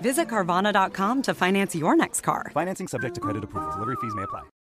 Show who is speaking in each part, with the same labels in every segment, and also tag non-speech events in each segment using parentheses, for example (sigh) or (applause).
Speaker 1: Visit Carvana.com to finance your next car.
Speaker 2: Financing subject to credit approval. Delivery fees may apply.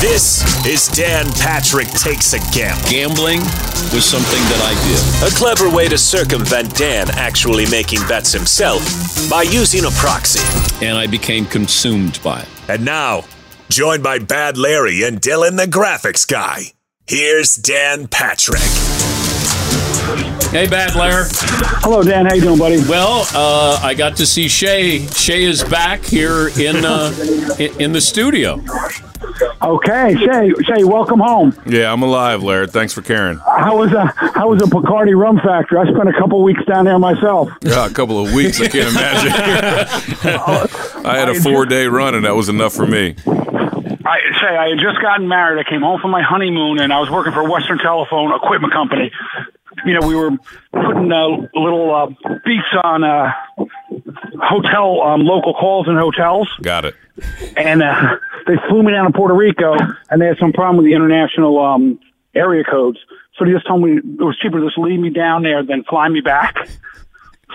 Speaker 3: This is Dan Patrick Takes a Gamble.
Speaker 4: Gambling was something that I did.
Speaker 3: A clever way to circumvent Dan actually making bets himself by using a proxy.
Speaker 4: And I became consumed by it.
Speaker 3: And now, joined by Bad Larry and Dylan the graphics guy, here's Dan Patrick.
Speaker 4: Hey, Bad Lair.
Speaker 5: Hello, Dan. How you doing, buddy?
Speaker 4: Well, uh, I got to see Shay. Shay is back here
Speaker 5: (laughs)
Speaker 4: in uh, in, in the studio.
Speaker 5: Okay, Shay. Shay, welcome home.
Speaker 6: Yeah, I'm alive, Laird. Thanks for caring.
Speaker 5: How was a How was a Bacardi rum factory? I spent a couple weeks down there myself.
Speaker 6: Yeah, a couple of weeks, I can't imagine. I had a four day run, and that was enough for me.
Speaker 5: I Shay, I had just gotten married. I came home from my honeymoon, and I was working for Western Telephone Equipment Company. You know, we were putting uh, little uh, beats on uh, hotel um, local calls in hotels.
Speaker 6: Got it.
Speaker 5: and uh, they flew me down to Puerto Rico, and they had some problem with the international um, area codes. So they just told me it was cheaper to just leave me down there than fly me back.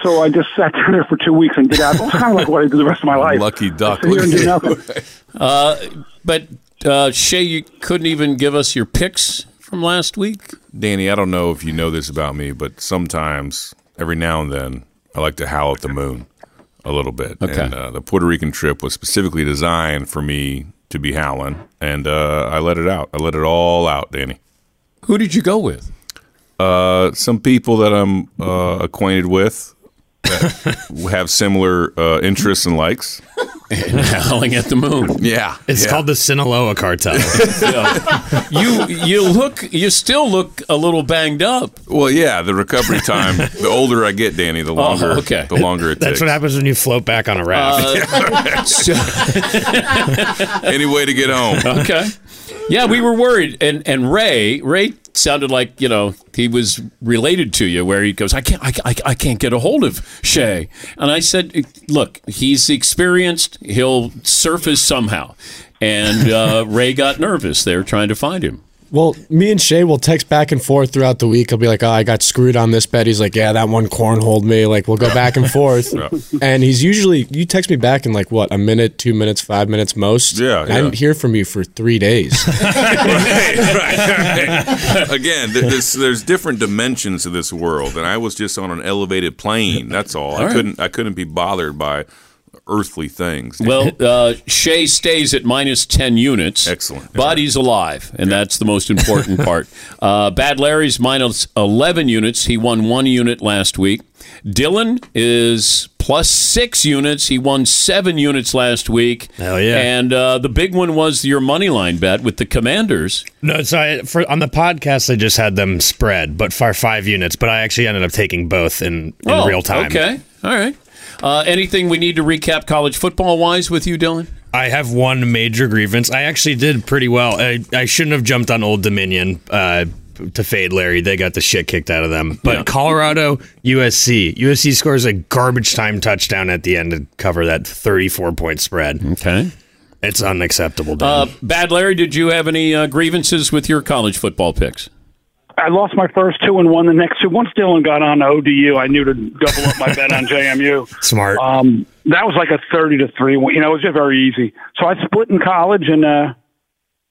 Speaker 5: So I just sat down there for two weeks and did out. It was kind of like what I did the rest of my life.
Speaker 6: Lucky duck.
Speaker 5: Sit here and do
Speaker 6: Look
Speaker 5: nothing.
Speaker 4: (laughs) Uh, but uh, Shay, you couldn't even give us your picks from last week.
Speaker 6: Danny, I don't know if you know this about me, but sometimes, every now and then, I like to howl at the moon a little bit.
Speaker 4: Okay.
Speaker 6: And uh, the Puerto Rican trip was specifically designed for me to be howling, and uh, I let it out. I let it all out, Danny.
Speaker 4: Who did you go with?
Speaker 6: Uh, some people that I'm uh, acquainted with that (laughs) have similar uh, interests and likes.
Speaker 4: Howling at the (laughs) moon.
Speaker 6: Yeah.
Speaker 7: It's
Speaker 6: yeah.
Speaker 7: called the Sinaloa cartel.
Speaker 4: You you look you still look a little banged up.
Speaker 6: Well, yeah, the recovery time. the older I get, Danny, the longer.
Speaker 4: okay.
Speaker 6: The longer it
Speaker 7: That's
Speaker 6: takes.
Speaker 7: what happens when you float back on a raft.
Speaker 4: So-
Speaker 6: Any way to get
Speaker 4: (laughs)
Speaker 6: home.
Speaker 4: okay. Yeah, we were worried, and and Ray Ray sounded like you know he was related to you, where he goes, I can't I, I, I can't get a hold of Shay, and I said, look, he's experienced, he'll surface somehow, and uh, Ray got nervous there trying to find him.
Speaker 8: Well, me and Shay will text back and forth throughout the week. I'll be like, "Oh, I got screwed on this bet." He's like, "Yeah, that one cornholed me." Like we'll go back and forth, and he's usually you text me back in like what a minute, two minutes, five minutes most.
Speaker 6: Yeah,
Speaker 8: And I
Speaker 6: yeah. (laughs)
Speaker 8: didn't hear from you for three days.
Speaker 6: right, right, right. Again, th- there's, there's different dimensions to this world, and I was just on an elevated plane. That's all. I
Speaker 4: right.
Speaker 6: couldn't I couldn't be bothered by earthly things.
Speaker 7: (laughs)
Speaker 4: Well, uh, Shea stays at minus 10 units.
Speaker 6: Excellent.
Speaker 4: But he's alive, and that's the
Speaker 7: (laughs)
Speaker 4: most important part. Uh, Bad Larry's minus 11 units. He won one unit last week. Dylan is plus six units. He won seven units last week.
Speaker 7: Hell yeah.
Speaker 4: And uh, the big one was your money line bet with the Commanders.
Speaker 7: No, so I, for, on the podcast, I just had them spread, but for five units. But I actually ended up taking both in, in
Speaker 4: Oh,
Speaker 7: real time.
Speaker 4: Okay. All right. Uh, anything we need to recap college football wise with you, Dylan?
Speaker 7: I have one major grievance. I actually did pretty well. I, I shouldn't have jumped on Old Dominion uh, to fade Larry. They got the shit kicked out of them. But Colorado, USC. USC
Speaker 3: Mm-hmm.
Speaker 7: scores a garbage time touchdown at the end to cover that 34 point spread.
Speaker 4: Okay.
Speaker 2: It's unacceptable. Dan.
Speaker 4: Uh, Bad Larry, did you have any uh, grievances with your college football picks?
Speaker 9: I lost my first two and won the next two. Once Dylan got on ODU, I knew to double up my
Speaker 2: (laughs)
Speaker 9: bet on JMU.
Speaker 2: Smart.
Speaker 9: Um, that was like a thirty to three. one. You know, it was just very easy. So I split in college and uh,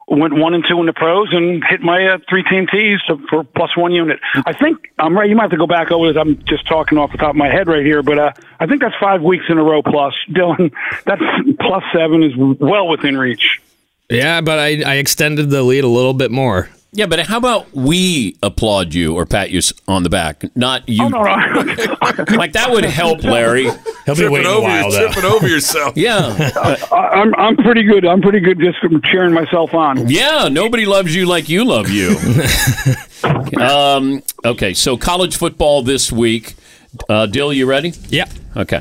Speaker 9: went one and two in the pros and hit my uh, three team tees to, for plus one unit. I think I'm right. You might have to go back over this. I'm just talking off the top of my head right here, but uh, I think that's five weeks in a row plus. Dylan, that's (laughs) plus seven is well within reach.
Speaker 2: yeah, but I, I extended the lead a little bit more.
Speaker 4: Yeah, but how about we applaud you or pat you s- on the back? Not
Speaker 9: Oh,
Speaker 4: you. like that would
Speaker 9: (laughs)
Speaker 4: help, Larry.
Speaker 2: He'll
Speaker 3: Tripping over, your- tripping over yourself.
Speaker 4: Yeah.
Speaker 9: I, I'm I'm pretty good. I'm pretty good just cheering myself on.
Speaker 4: Yeah, nobody loves you like you love you.
Speaker 9: (laughs)
Speaker 4: um, okay, so college football this week. Uh, Dill, you ready?
Speaker 2: Yeah.
Speaker 4: Okay.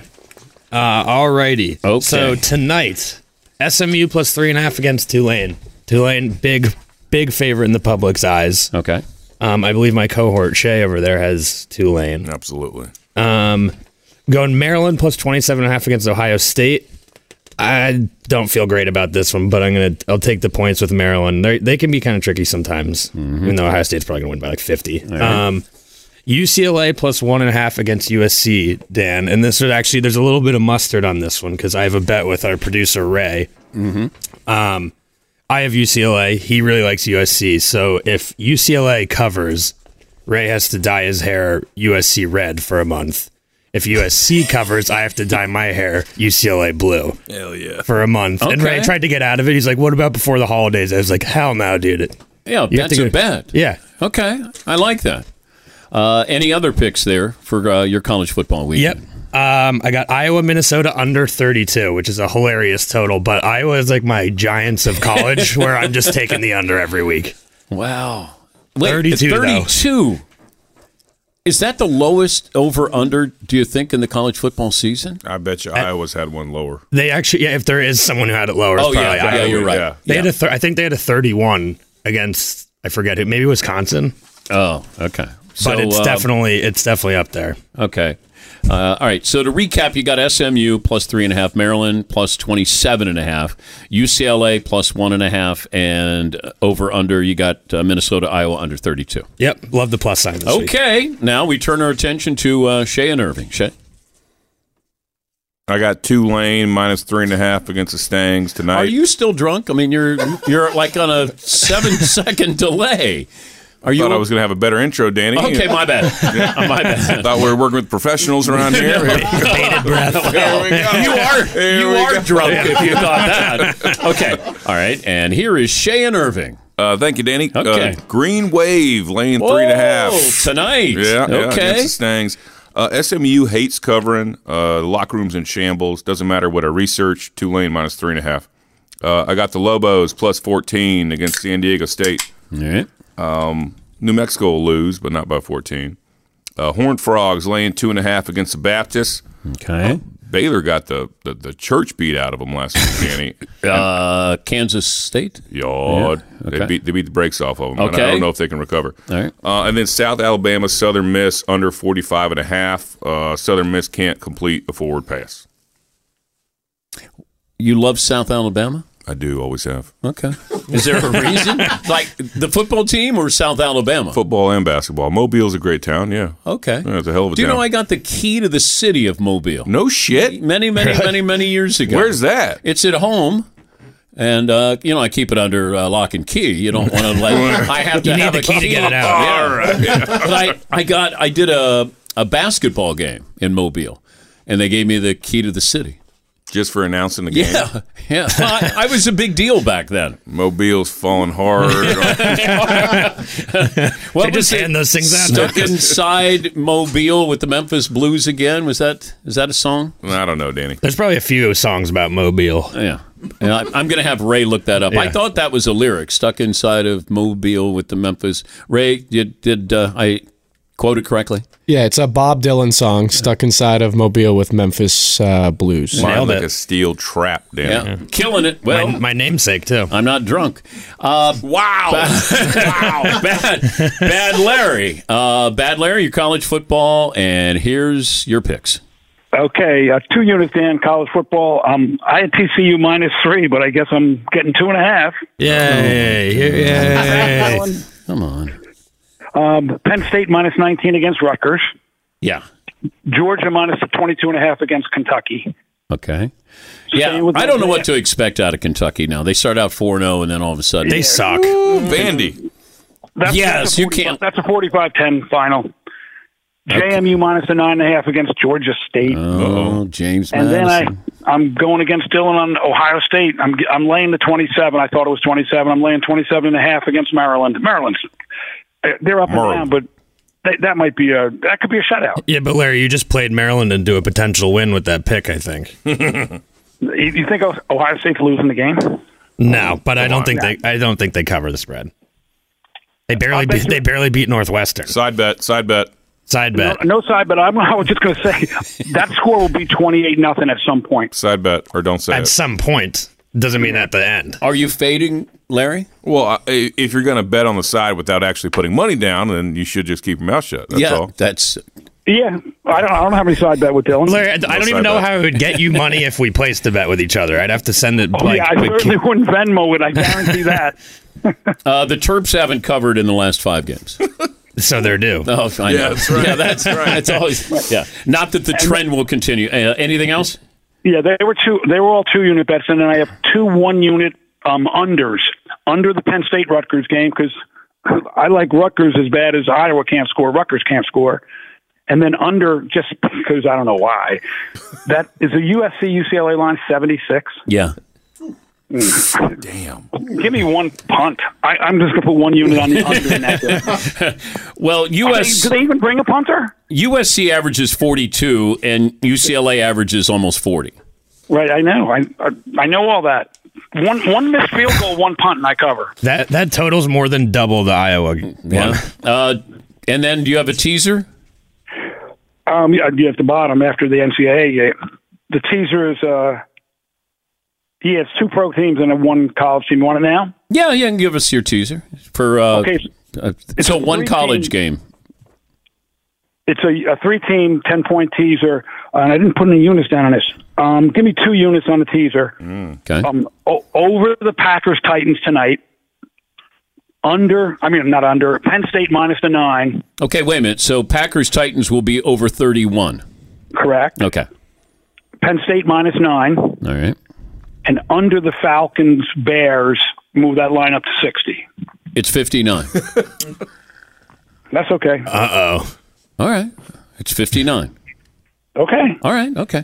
Speaker 2: Uh, alrighty.
Speaker 4: Okay.
Speaker 2: So tonight, SMU plus three and a half against Tulane. Tulane, big, big favorite in the public's eyes.
Speaker 4: Okay.
Speaker 2: Um, I believe my cohort Shay over there has Tulane.
Speaker 3: Absolutely.
Speaker 2: Um, going Maryland plus 27 and a half against Ohio State. I don't feel great about this one, but I'm gonna. I'll take the points with Maryland. They they can be kind of tricky sometimes. Even though Ohio State's probably gonna win by like 50.
Speaker 4: Mm-hmm. right.
Speaker 2: Um, UCLA plus one and a half against USC, Dan. And this would actually, there's a little bit of mustard on this one because I have a bet with our producer, Ray. Mm-hmm. Um, I have UCLA. He really likes USC. So if UCLA covers, Ray has to dye his hair USC red for a month. If
Speaker 3: (laughs)
Speaker 2: USC covers, I have to dye my hair UCLA blue
Speaker 3: Hell yeah.
Speaker 2: for a month. And Ray
Speaker 3: Okay.
Speaker 2: tried to get out of it. He's like, "What about before the holidays?" I was like, "Hell no, dude."
Speaker 4: Yeah,
Speaker 2: You have
Speaker 4: that's
Speaker 2: to
Speaker 4: a
Speaker 2: go-
Speaker 4: bet.
Speaker 2: Yeah.
Speaker 4: Okay, I like that. Uh, any other picks there for uh, your college football week?
Speaker 2: Yep. Um, I got Iowa, Minnesota under 32, which is a hilarious total. But Iowa is like my Giants of
Speaker 4: (laughs)
Speaker 2: college, where I'm just taking the under every week.
Speaker 4: Wow. Wait,
Speaker 2: 32, though.
Speaker 4: 32. Is that the lowest over under, do you think, in the college football season?
Speaker 3: I bet you Iowa's had one lower.
Speaker 2: They actually, yeah, if there is someone who had it lower, it's
Speaker 4: Oh, yeah,
Speaker 2: probably
Speaker 4: yeah,
Speaker 2: Iowa.
Speaker 4: you're right.
Speaker 3: Yeah.
Speaker 2: They had a, thir- I think they had a 31 against, I forget who, maybe Wisconsin.
Speaker 4: Oh, okay.
Speaker 2: but it's
Speaker 4: uh,
Speaker 2: definitely, it's definitely up there.
Speaker 4: Okay. Uh, all right. So to recap, you got SMU plus three and a half, Maryland plus 27 and a half, UCLA plus one and a half, and over under, you got uh, Minnesota, Iowa under 32.
Speaker 2: Yep, love the plus sign. This week.
Speaker 4: Okay. Now we turn our attention to uh, Shea and Irving. Shea?
Speaker 3: I got Tulane minus three and a half against the Stangs tonight.
Speaker 4: Are you still drunk? I mean, you're you're like on
Speaker 3: (laughs)
Speaker 4: a seven second delay. Are you?
Speaker 3: Thought I was going to have a better intro, Danny. (laughs)
Speaker 4: Okay, my bad. (laughs) my bad.
Speaker 3: Thought we were working with professionals around
Speaker 4: (laughs)
Speaker 3: here.
Speaker 2: (laughs)
Speaker 3: There we go.
Speaker 4: You are
Speaker 3: There
Speaker 4: you
Speaker 3: we
Speaker 4: are
Speaker 3: go.
Speaker 4: drunk if
Speaker 3: (laughs)
Speaker 4: you thought that. Okay, all right. And here is Shea and Irving.
Speaker 3: Uh, thank you, Danny.
Speaker 4: Okay.
Speaker 3: Uh, Green Wave, lane three and a half
Speaker 4: Whoa, Oh, tonight.
Speaker 3: Yeah, yeah,
Speaker 4: Okay.
Speaker 3: against the Stangs. Uh, SMU hates covering. Uh, locker rooms in shambles. Doesn't matter what I research. Tulane minus three and a half. Uh, I got the Lobos plus 14 against San Diego State.
Speaker 4: All right.
Speaker 3: Um, New Mexico will lose, but not by 14. Uh, Horned Frogs laying two and a half against the Baptists.
Speaker 4: Okay.
Speaker 3: Baylor got the, the, the church beat out of them last week, Danny.
Speaker 4: Uh, Kansas State.
Speaker 3: Yard.
Speaker 4: Yeah,
Speaker 3: They
Speaker 4: okay.
Speaker 3: beat they beat the brakes off of them. And I
Speaker 4: Okay.
Speaker 3: don't know if they can recover.
Speaker 4: All right.
Speaker 3: Uh, and then South Alabama, Southern Miss under 45 and a (laughs) half. Uh, Southern Miss can't complete a forward pass.
Speaker 4: You love South Alabama.
Speaker 3: I do always have
Speaker 4: Okay. Is there
Speaker 3: (laughs)
Speaker 4: a reason? like the football team or South Alabama?
Speaker 3: football and basketball. Mobile's a great town. Yeah.
Speaker 4: Okay.
Speaker 3: Yeah, it's a hell of a
Speaker 4: Do you
Speaker 3: town.
Speaker 4: know I got the key to the city of Mobile?
Speaker 3: no shit.
Speaker 4: Many, many, many, many years ago.
Speaker 3: Where's that?
Speaker 4: It's at home. And uh, you know, I keep it under uh, lock and key. You don't want to let. I have
Speaker 2: (laughs)
Speaker 4: to
Speaker 2: You need
Speaker 4: have
Speaker 2: the
Speaker 4: a
Speaker 2: key to get it out.
Speaker 4: Yeah.
Speaker 3: All right.
Speaker 4: (laughs) but I, I got I did a a basketball game in Mobile, and they gave me the key to the city.
Speaker 3: Just for announcing the game.
Speaker 4: Yeah, yeah. Well, I, I was a big deal back then.
Speaker 3: Mobile's falling
Speaker 4: (laughs)
Speaker 3: hard.
Speaker 4: What
Speaker 2: They just hand those things out.
Speaker 4: Stuck inside Mobile with the Memphis Blues again. Was that is that a song?
Speaker 3: I don't know, Danny.
Speaker 2: There's probably a few songs about Mobile.
Speaker 4: Yeah. And I, I'm going to have Ray look that up. I
Speaker 2: Yeah.
Speaker 4: thought that was a lyric stuck inside of Mobile with the Memphis. Ray, did did uh, I quote it correctly?
Speaker 10: Yeah, it's a Bob Dylan song stuck inside of Mobile with Memphis uh, blues.
Speaker 3: Mine
Speaker 2: Nailed
Speaker 3: like
Speaker 2: it.
Speaker 3: a steel trap, Danny.
Speaker 4: Yeah, killing it. Well,
Speaker 2: my, my namesake too.
Speaker 4: I'm not drunk. Uh,
Speaker 3: Wow. wow.
Speaker 4: bad, bad Larry. Uh, bad Larry, your college football, and here's your picks. Okay, uh, two units Dan, college football. Um, I had TCU minus three, but I guess I'm getting two and a half.
Speaker 3: Yay!
Speaker 4: Yay.
Speaker 3: Come on.
Speaker 4: Um, Penn State minus 19 against Rutgers.
Speaker 3: Yeah.
Speaker 4: Georgia minus 22 and a half against Kentucky.
Speaker 3: Okay. Yeah, I don't know what to expect out of Kentucky now. They start out 4 0, and then all of a sudden
Speaker 4: They suck.
Speaker 3: Ooh, Vandy. Yes,
Speaker 4: a 40 That's a 45 10 final. JMU minus a nine and a half against Georgia State.
Speaker 3: Oh, James
Speaker 4: And then I,
Speaker 3: Madison.
Speaker 4: I'm going against Dylan on Ohio State. I'm I'm laying the 27. I thought it was 27. I'm laying 27 and a half against Maryland. Maryland's uh, they're up and down, but they, that might be a that could be a shutout.
Speaker 2: Yeah, but Larry, you just played Maryland into a potential win with that pick, I think.
Speaker 4: you you think Ohio State's losing the game?
Speaker 2: No, but I
Speaker 4: Oh, Come
Speaker 2: don't
Speaker 4: on.
Speaker 2: think they I don't think they cover the spread. They barely
Speaker 4: bet
Speaker 2: beat, they barely beat Northwestern.
Speaker 11: Side bet, side bet.
Speaker 2: Side bet.
Speaker 4: No, no side, but I'm, (laughs) I was just going to say that score will be 28 nothing at some point.
Speaker 11: Side bet, or don't say
Speaker 2: At
Speaker 11: it.
Speaker 2: some point. Doesn't mean at the end.
Speaker 4: Oh,
Speaker 3: Are you fading Larry?
Speaker 11: Well, I- i- if you're going to bet on the side without actually putting money down, then you should just keep your mouth shut. That's
Speaker 3: Yeah,
Speaker 11: all.
Speaker 3: that's
Speaker 4: Yeah, I don't I don't have any side bet with Dylan.
Speaker 2: Larry, I I don't even know how I would
Speaker 3: (laughs)
Speaker 2: get you money if we placed a bet with each other. I'd have to send it.
Speaker 4: Oh,
Speaker 2: like,
Speaker 4: yeah, I certainly wouldn't Venmo
Speaker 2: (laughs)
Speaker 4: it. I guarantee that.
Speaker 3: Uh, the Terps haven't covered in the last
Speaker 11: (laughs)
Speaker 3: five games.
Speaker 2: So they're due.
Speaker 3: Oh, I
Speaker 4: Yeah,
Speaker 3: know.
Speaker 4: that's
Speaker 3: (laughs)
Speaker 4: right.
Speaker 3: Yeah, that's right. That's always. Yeah. Not that the trend will continue. Uh, anything else?
Speaker 4: Yeah, they were two. They were all two unit bets, and then I have two one unit um, unders under the Penn State Rutgers game because I like Rutgers as bad as Iowa can't score. Rutgers can't score, and then under just because I don't know why. That is a USC UCLA line seventy six.
Speaker 3: Yeah.
Speaker 4: Damn. Give me one punt. I, I'm just gonna put one unit on the under.
Speaker 2: (laughs)
Speaker 4: in that game.
Speaker 3: Well, US
Speaker 4: Did they even bring a punter?
Speaker 3: USC averages 42 and UCLA averages almost 40.
Speaker 4: Right. I know. I I, I know all that. One one missed field goal, one punt, and I cover.
Speaker 2: That that totals more than double the Iowa one.
Speaker 3: Uh, and then do you have a teaser?
Speaker 4: Um, yeah, you at the bottom after the NCAA game. The teaser is, uh, yeah, it's two pro teams and a one college team. You want it now?
Speaker 3: Yeah, yeah, and give us your teaser for uh,
Speaker 4: Okay.
Speaker 3: uh,
Speaker 4: It's
Speaker 3: so
Speaker 4: a
Speaker 3: one
Speaker 4: three-team-
Speaker 3: college game.
Speaker 4: It's a, a three-team, ten-point teaser, uh, and I didn't put any units down on this. Um, give me two units on the teaser.
Speaker 3: Mm, Okay.
Speaker 4: Um, o- over the Packers Titans tonight. Under, I mean, not under. Penn State minus the nine.
Speaker 3: Okay, wait a minute. So Packers Titans will be over 31.
Speaker 4: Correct.
Speaker 3: Okay.
Speaker 4: Penn State minus nine,
Speaker 3: All right.
Speaker 4: and under the Falcons Bears. Move that line up to sixty.
Speaker 3: It's 59.
Speaker 4: (laughs) That's okay.
Speaker 3: Uh oh. All right. It's 59.
Speaker 4: Okay.
Speaker 3: All right. Okay.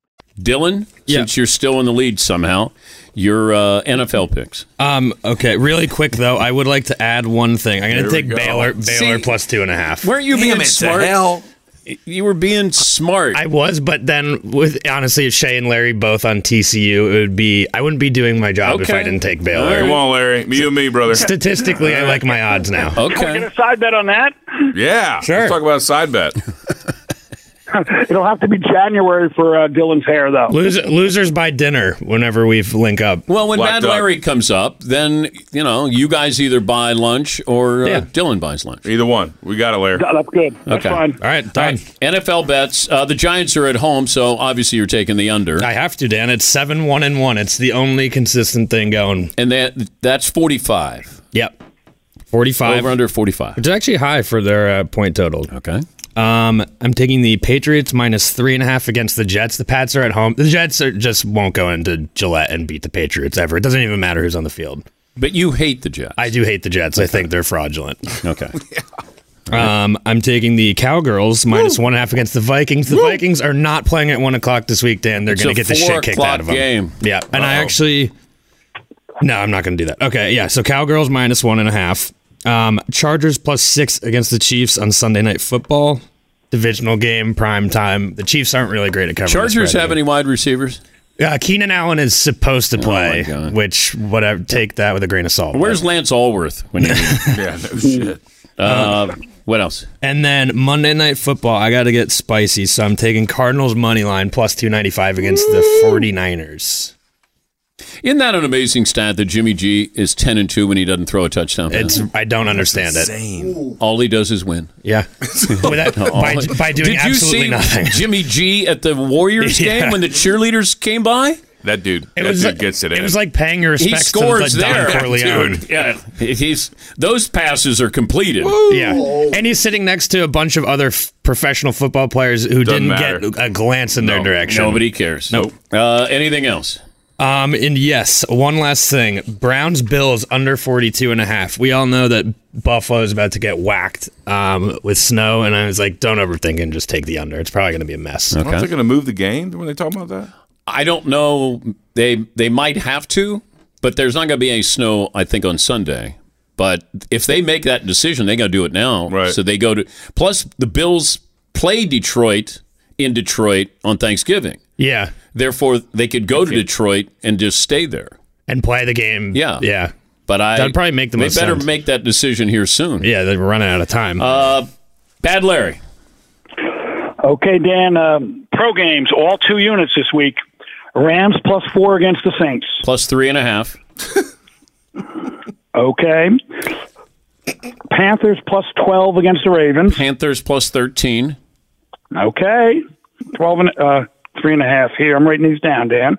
Speaker 3: Dylan, since you're still in the lead somehow, your uh, NFL picks.
Speaker 2: Um. Okay. Really quick though, I would like to add one thing. I'm going
Speaker 3: Here
Speaker 2: to
Speaker 3: we
Speaker 2: take
Speaker 3: go.
Speaker 2: Baylor. Baylor
Speaker 3: See,
Speaker 2: plus two and a half.
Speaker 3: weren't you Damn being it to smart? hell. You were being smart.
Speaker 2: I was, but then with honestly, if Shay and Larry both on TCU, it would be I wouldn't be doing my job if I
Speaker 11: Okay.
Speaker 2: didn't take Baylor.
Speaker 11: Come on, Larry. Me and me, brother. (laughs)
Speaker 2: Statistically, I like my odds now.
Speaker 4: We're going to side bet on that.
Speaker 11: Yeah. Sure. Let's talk about a side bet.
Speaker 4: It'll have to be January for uh, Dylan's hair, though.
Speaker 2: Loser, losers by dinner whenever we link up.
Speaker 3: Well, when Bad Larry comes up, then you know you guys either buy lunch or uh, Dylan buys lunch.
Speaker 11: Either one. We got it, Larry.
Speaker 4: Uh, That's good. That's
Speaker 3: Okay.
Speaker 4: fine.
Speaker 2: All right, done.
Speaker 3: NFL bets. Uh, the Giants are at home, so obviously you're taking the under.
Speaker 2: I have to, Dan. It's seven one and one. It's the only consistent thing going.
Speaker 3: And that that's forty five.
Speaker 2: Yep, forty five
Speaker 3: Over under forty five.
Speaker 2: It's actually high for their uh, point total.
Speaker 3: Okay.
Speaker 2: Um, I'm taking the Patriots minus three and a half against the Jets. The Pats are at home. The Jets are, just won't go into Gillette and beat the Patriots ever. It doesn't even matter who's on the field.
Speaker 3: But you hate the Jets.
Speaker 2: I do hate the Jets. I think they're fraudulent.
Speaker 3: Okay.
Speaker 2: (laughs) Um, I'm taking the Cowgirls minus one and a half against the Vikings. The Vikings are not playing at one o'clock this week, Dan. They're
Speaker 3: It's
Speaker 2: going
Speaker 3: a
Speaker 2: to get the
Speaker 3: four
Speaker 2: shit kicked out of them.
Speaker 3: o'clock game.
Speaker 2: Yeah, and I
Speaker 3: Uh-oh.
Speaker 2: actually, no, I'm not going to do that. Okay, yeah. So Cowgirls minus one and a half. Um, Chargers plus six against the Chiefs on Sunday Night Football. Divisional game, prime time. The Chiefs aren't really great at covering.
Speaker 3: Chargers have any wide receivers?
Speaker 2: Yeah, Uh, Keenan Allen is supposed to play, which whatever. Take that with a grain of salt.
Speaker 3: Where's Lance Allworth
Speaker 2: (laughs)
Speaker 3: when you
Speaker 11: Yeah, no shit.
Speaker 3: Uh, what else?
Speaker 2: And then Monday Night Football, I got to get spicy, so I'm taking Cardinals money line plus 295 against the 49ers.
Speaker 3: Isn't that an amazing stat that Jimmy G is ten and two when he doesn't throw a touchdown? pass?
Speaker 2: It's I don't understand
Speaker 3: Insane. All he does is win.
Speaker 2: Yeah. it. With that-
Speaker 3: (laughs)
Speaker 2: by, by doing
Speaker 3: Oh. Did you
Speaker 2: absolutely
Speaker 3: see
Speaker 2: nothing. (laughs)
Speaker 3: Jimmy G at the Warriors
Speaker 2: Yeah.
Speaker 3: game when the cheerleaders came by?
Speaker 11: That dude.
Speaker 2: It
Speaker 11: that
Speaker 2: was
Speaker 11: dude
Speaker 2: like-
Speaker 11: gets it.
Speaker 2: it
Speaker 11: in.
Speaker 2: was like paying your
Speaker 3: He
Speaker 2: respects
Speaker 3: scores
Speaker 2: to the
Speaker 3: there,
Speaker 2: Don Corleone.
Speaker 3: dude. Yeah, he's those passes are completed.
Speaker 2: Yeah. And he's sitting next to a bunch of other f- professional football players who
Speaker 3: Doesn't
Speaker 2: didn't
Speaker 3: matter.
Speaker 2: get a glance in their direction.
Speaker 3: Nobody cares.
Speaker 2: Nope.
Speaker 3: Uh, anything else?
Speaker 2: Um, and yes, one last thing. Browns Bills under 42 and a half. We all know that Buffalo is about to get whacked um, with snow, and I was like, don't overthink it and just take the under. It's probably going to be a mess.
Speaker 11: Aren't they going to move the game? Were they talking about that?
Speaker 3: I don't know. They they might have to, but there's not going to be any snow. I think on Sunday. But if they make that decision, they got to do it now. Right. So they go to. Plus, the Bills play Detroit in Detroit on Thanksgiving.
Speaker 2: Yeah,
Speaker 3: Therefore, they could go to Detroit and just stay there.
Speaker 2: and play the game.
Speaker 3: Yeah.
Speaker 2: yeah.
Speaker 3: But I
Speaker 2: That'd probably make the
Speaker 3: They
Speaker 2: most
Speaker 3: better
Speaker 2: sense.
Speaker 3: make that decision here soon.
Speaker 2: Yeah, they're running out of time.
Speaker 3: Uh, Bad Larry.
Speaker 4: Okay, Dan. Um, pro games, all two units this week. Rams plus four against the Saints.
Speaker 3: Plus three and a half.
Speaker 4: Okay. Panthers plus 12 against the Ravens.
Speaker 3: Panthers plus 13.
Speaker 4: Okay. 12 and uh, three and a half here. I'm writing these down, Dan.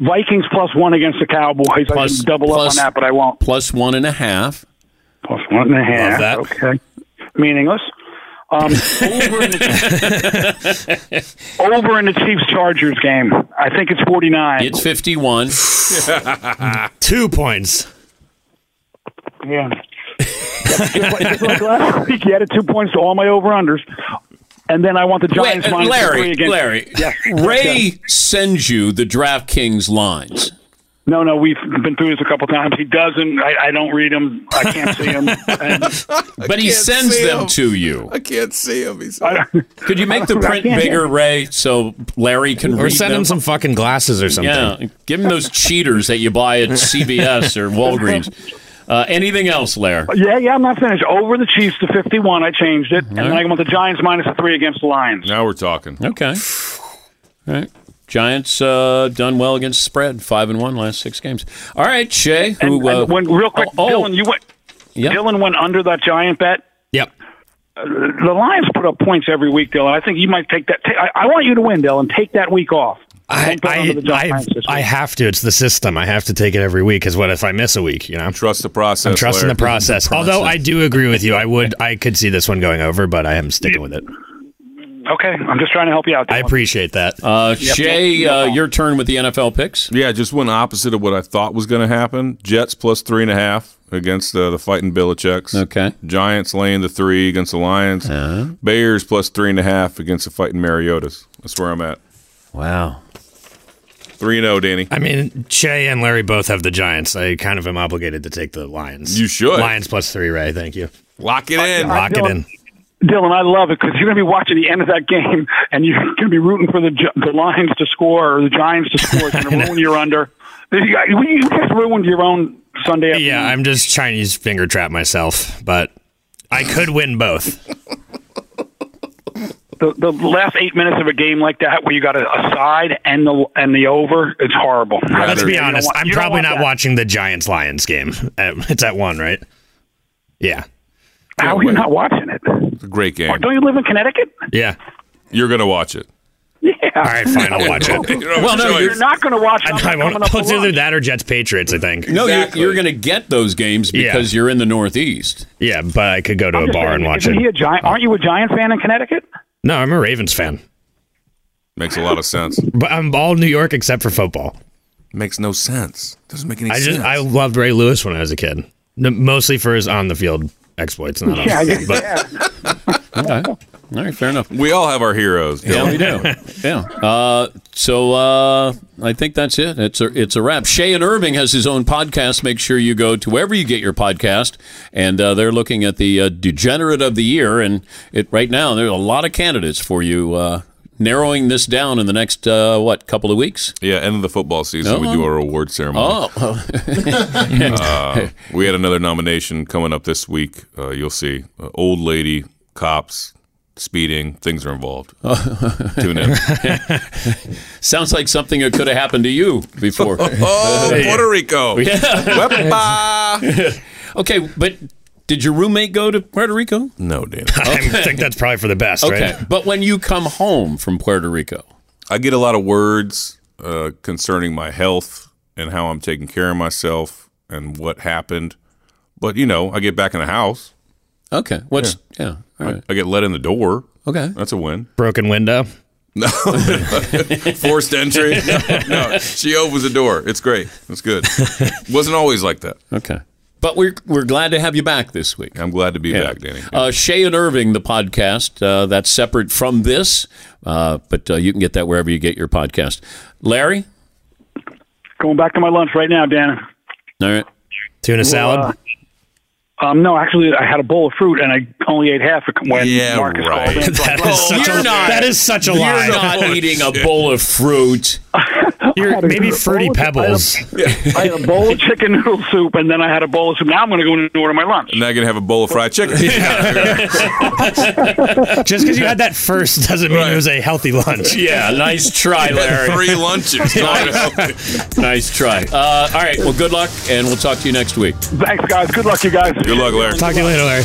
Speaker 4: Vikings plus one against the Cowboys. I
Speaker 3: Plus-
Speaker 4: can double
Speaker 3: plus-
Speaker 4: up on that, but I won't.
Speaker 3: Plus one and a half.
Speaker 4: Plus one and a half.
Speaker 3: Love that.
Speaker 4: Okay. Meaningless. Um, over, in the, (laughs) over in the Chiefs Chargers game. I think it's 49.
Speaker 3: It's 51.
Speaker 2: Two points.
Speaker 4: Yeah. just, like, just like last week, you added two points to all my over unders. And then I want the Giants
Speaker 3: Wait, uh,
Speaker 4: minus three
Speaker 3: Larry,
Speaker 4: against
Speaker 3: Larry.
Speaker 4: Yeah.
Speaker 3: (laughs) Ray
Speaker 4: Yeah.
Speaker 3: sends you the DraftKings lines.
Speaker 4: No, no, we've been through this a couple times. He doesn't. I, I don't read him. I can't
Speaker 2: (laughs)
Speaker 4: see him. And
Speaker 3: But he
Speaker 11: can't
Speaker 3: sends
Speaker 11: see
Speaker 3: them
Speaker 11: him.
Speaker 3: to you.
Speaker 11: I can't see him. He's
Speaker 3: Could you make the
Speaker 11: I don't- I
Speaker 3: print
Speaker 11: can't
Speaker 3: bigger,
Speaker 11: hear.
Speaker 3: Ray, so Larry can
Speaker 2: Or
Speaker 3: read
Speaker 2: send
Speaker 3: them?
Speaker 2: him some fucking glasses or something. (laughs)
Speaker 3: Yeah, give him those cheaters that you buy at CVS or Walgreens. Uh, anything else, Lair?
Speaker 4: Yeah, yeah, I'm not finished. Over the Chiefs to 51, I changed it, and then I went the Giants minus three against the Lions.
Speaker 11: Now we're talking.
Speaker 3: Okay. All right. Giants uh, done well against spread, five and one last six games. All right, Shay. Who?
Speaker 4: And,
Speaker 3: uh,
Speaker 4: and when, real quick,
Speaker 2: oh,
Speaker 4: Dylan, you went. Dylan went under that Giant bet.
Speaker 2: Yep.
Speaker 4: Uh, the Lions put up points every week, Dylan. I think you might take that. ta- I, I want you to win, Dylan. Take that week off.
Speaker 2: I, I, I, I have to. It's the system. I have to take it every week. Because what if I miss a week? You know,
Speaker 11: trust the process.
Speaker 2: I'm trusting
Speaker 11: Larry.
Speaker 2: the process.
Speaker 11: Trust the
Speaker 2: Although I
Speaker 11: process.
Speaker 2: do agree with you, I would, I could see this one going over, but I am sticking with it.
Speaker 4: Okay, I'm just trying to help you out.
Speaker 2: I appreciate that.
Speaker 3: Uh,
Speaker 11: Yep.
Speaker 3: Shay,
Speaker 11: Yep.
Speaker 3: uh, your turn with the NFL picks.
Speaker 11: Yeah, just went opposite of what I thought was going to happen. Jets plus three and a half against uh, the fighting Billichicks.
Speaker 3: Okay. Uh-huh.
Speaker 11: Giants laying the three against the Lions. Bears plus three and a half against the fighting Mariotas. That's where I'm at.
Speaker 3: Wow.
Speaker 11: Three and zero, Danny.
Speaker 2: I mean, Che and Larry both have the Giants. I kind of am obligated to take the Lions.
Speaker 11: You should.
Speaker 2: Lions plus three, Ray. Thank you.
Speaker 11: Lock it in.
Speaker 2: Lock it in.
Speaker 4: Dylan, I love it because you're going to be watching the end of that game, (laughs) and you're going to be rooting for the Gi- the Lions to score or the Giants to score.
Speaker 2: (laughs)
Speaker 4: It's going to ruin your under. You got- you just ruined your own Sunday. Afternoon.
Speaker 2: Yeah, I'm just Chinese finger trap myself, but I could win
Speaker 4: (laughs)
Speaker 2: both.
Speaker 4: the, the last eight minutes of a game like that, where you got a, a side and the and the over, it's horrible.
Speaker 2: Let's
Speaker 4: You
Speaker 2: be
Speaker 4: don't
Speaker 2: honest.
Speaker 4: want-
Speaker 2: I'm
Speaker 4: you don't
Speaker 2: probably
Speaker 4: want
Speaker 2: not
Speaker 4: that.
Speaker 2: watching the Giants Lions game. Uh, It's at one, right? Yeah.
Speaker 4: How are you not watching it?
Speaker 11: It's a great game.
Speaker 4: Don't you live in Connecticut?
Speaker 2: Yeah.
Speaker 11: You're going to watch it.
Speaker 4: Yeah. All
Speaker 2: right, fine.
Speaker 4: (laughs)
Speaker 2: I'll watch it.
Speaker 3: Well, no,
Speaker 4: you're,
Speaker 3: you're-
Speaker 4: not going to watch.
Speaker 2: I, I won't. It's either that or Jets Patriots. I think.
Speaker 3: No, you're, you're going to get those games because you're in the Northeast.
Speaker 2: Yeah, but I could go to
Speaker 3: I'm
Speaker 2: a
Speaker 3: just
Speaker 2: bar
Speaker 3: saying,
Speaker 2: and watch
Speaker 4: Isn't
Speaker 2: it.
Speaker 4: he a giant? Aren't you a Giant fan in Connecticut?
Speaker 2: No, I'm a Ravens fan,
Speaker 11: (laughs) Makes a lot of sense.
Speaker 2: but I'm all New York except for football.
Speaker 11: Makes no sense. Doesn't make any
Speaker 2: I just
Speaker 11: sense.
Speaker 2: I loved Ray Lewis when I was a kid, N- mostly for his on the field exploits. Not on
Speaker 4: Yeah,
Speaker 2: but
Speaker 3: Okay. All right, fair enough.
Speaker 11: We all have our heroes.
Speaker 3: Yeah, we do. yeah. Uh, so uh, I think that's it. It's a it's a wrap. Shay and Irving has his own podcast. Make sure you go to wherever you get your podcast, and uh, they're looking at the uh, degenerate of the year. And it right now there's a lot of candidates for you. Uh, narrowing this down in the next uh, what couple of weeks.
Speaker 11: Yeah, end of the football season,
Speaker 3: No.
Speaker 11: we do our award ceremony.
Speaker 3: Oh,
Speaker 11: (laughs) Uh, we had another nomination coming up this week. Uh, you'll see. Uh, old lady, cops, speeding, things are involved. Tune in.
Speaker 3: sounds like something that could have happened to you before.
Speaker 11: Oh, Puerto Rico.
Speaker 3: Yeah.
Speaker 11: Wepa.
Speaker 3: okay, but did your roommate go to Puerto Rico?
Speaker 11: No, Dan.
Speaker 2: I think that's probably for the best.
Speaker 3: Okay,
Speaker 2: Right?
Speaker 3: but when you come home from Puerto Rico,
Speaker 11: I get a lot of words uh, concerning my health and how I'm taking care of myself and what happened. But, you know, I get back in the house.
Speaker 3: okay, what's yeah? all
Speaker 11: I,
Speaker 3: right.
Speaker 11: I get let in the door.
Speaker 3: Okay.
Speaker 11: That's a win.
Speaker 2: Broken window.
Speaker 11: No. Forced entry. (laughs) No, no. She opens the door. It's great. It's good. Wasn't always like that.
Speaker 3: Okay. But we're we're glad to have you back this week.
Speaker 11: I'm glad to be
Speaker 3: Yeah.
Speaker 11: back, Danny.
Speaker 3: Uh, Shay and Irving, the podcast uh, that's separate from this, uh, but uh, you can get that wherever you get your podcast. Larry,
Speaker 4: Going back to my lunch right now, Dan.
Speaker 3: all right.
Speaker 2: Tuna salad.
Speaker 4: Um, no, actually, I had a bowl of fruit and I only ate half of- when
Speaker 11: Yeah,
Speaker 4: Marcus
Speaker 11: right.
Speaker 4: called in. So I
Speaker 2: That
Speaker 4: thought,
Speaker 2: is such
Speaker 3: you're
Speaker 2: a
Speaker 3: not-
Speaker 2: that is such a
Speaker 3: You're
Speaker 2: lie.
Speaker 3: not eating a bowl of fruit.
Speaker 2: You're-
Speaker 4: had a
Speaker 2: maybe
Speaker 4: good
Speaker 2: fruity
Speaker 4: bowl. I had a-
Speaker 2: pebbles.
Speaker 4: I had a bowl of chicken noodle soup and then I had a bowl of soup. Now I'm going to go in and order my lunch.
Speaker 11: I'm not going to have a bowl of fried chicken.
Speaker 3: (laughs)
Speaker 2: Just because you had that first doesn't mean
Speaker 11: Right.
Speaker 2: it was a healthy
Speaker 3: (laughs)
Speaker 2: lunch.
Speaker 3: Yeah, nice try, Larry.
Speaker 11: Three
Speaker 3: (laughs)
Speaker 11: lunches.
Speaker 3: nice try. Uh, all right. Well, good luck, and we'll talk to you next week.
Speaker 4: Thanks, guys. Good luck, you guys.
Speaker 11: Good luck, Larry.
Speaker 2: Talk to you later, Larry.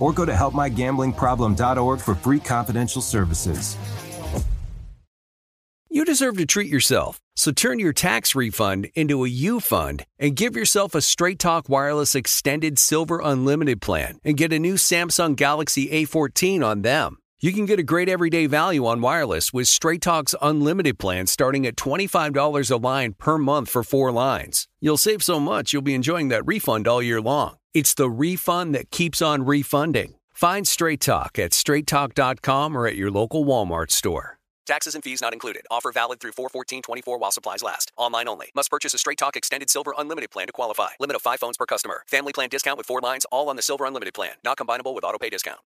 Speaker 12: or go to helpmygamblingproblem.org for free confidential services.
Speaker 10: You deserve to treat yourself, so turn your tax refund into a U fund and give yourself a Straight Talk Wireless Extended Silver Unlimited plan and get a new Samsung Galaxy A14 on them. You can get a great everyday value on wireless with Straight Talk's unlimited plan starting at $25 a line per month for four lines. You'll save so much, you'll be enjoying that refund all year long. It's the refund that keeps on refunding. Find Straight Talk at straighttalk.com or at your local Walmart store.
Speaker 13: Taxes and fees not included. Offer valid through 41424 while supplies last. Online only. Must purchase a Straight Talk Extended Silver Unlimited plan to qualify. Limit of 5 phones per customer. Family plan discount with 4 lines all on the Silver Unlimited plan. Not combinable with auto pay discount.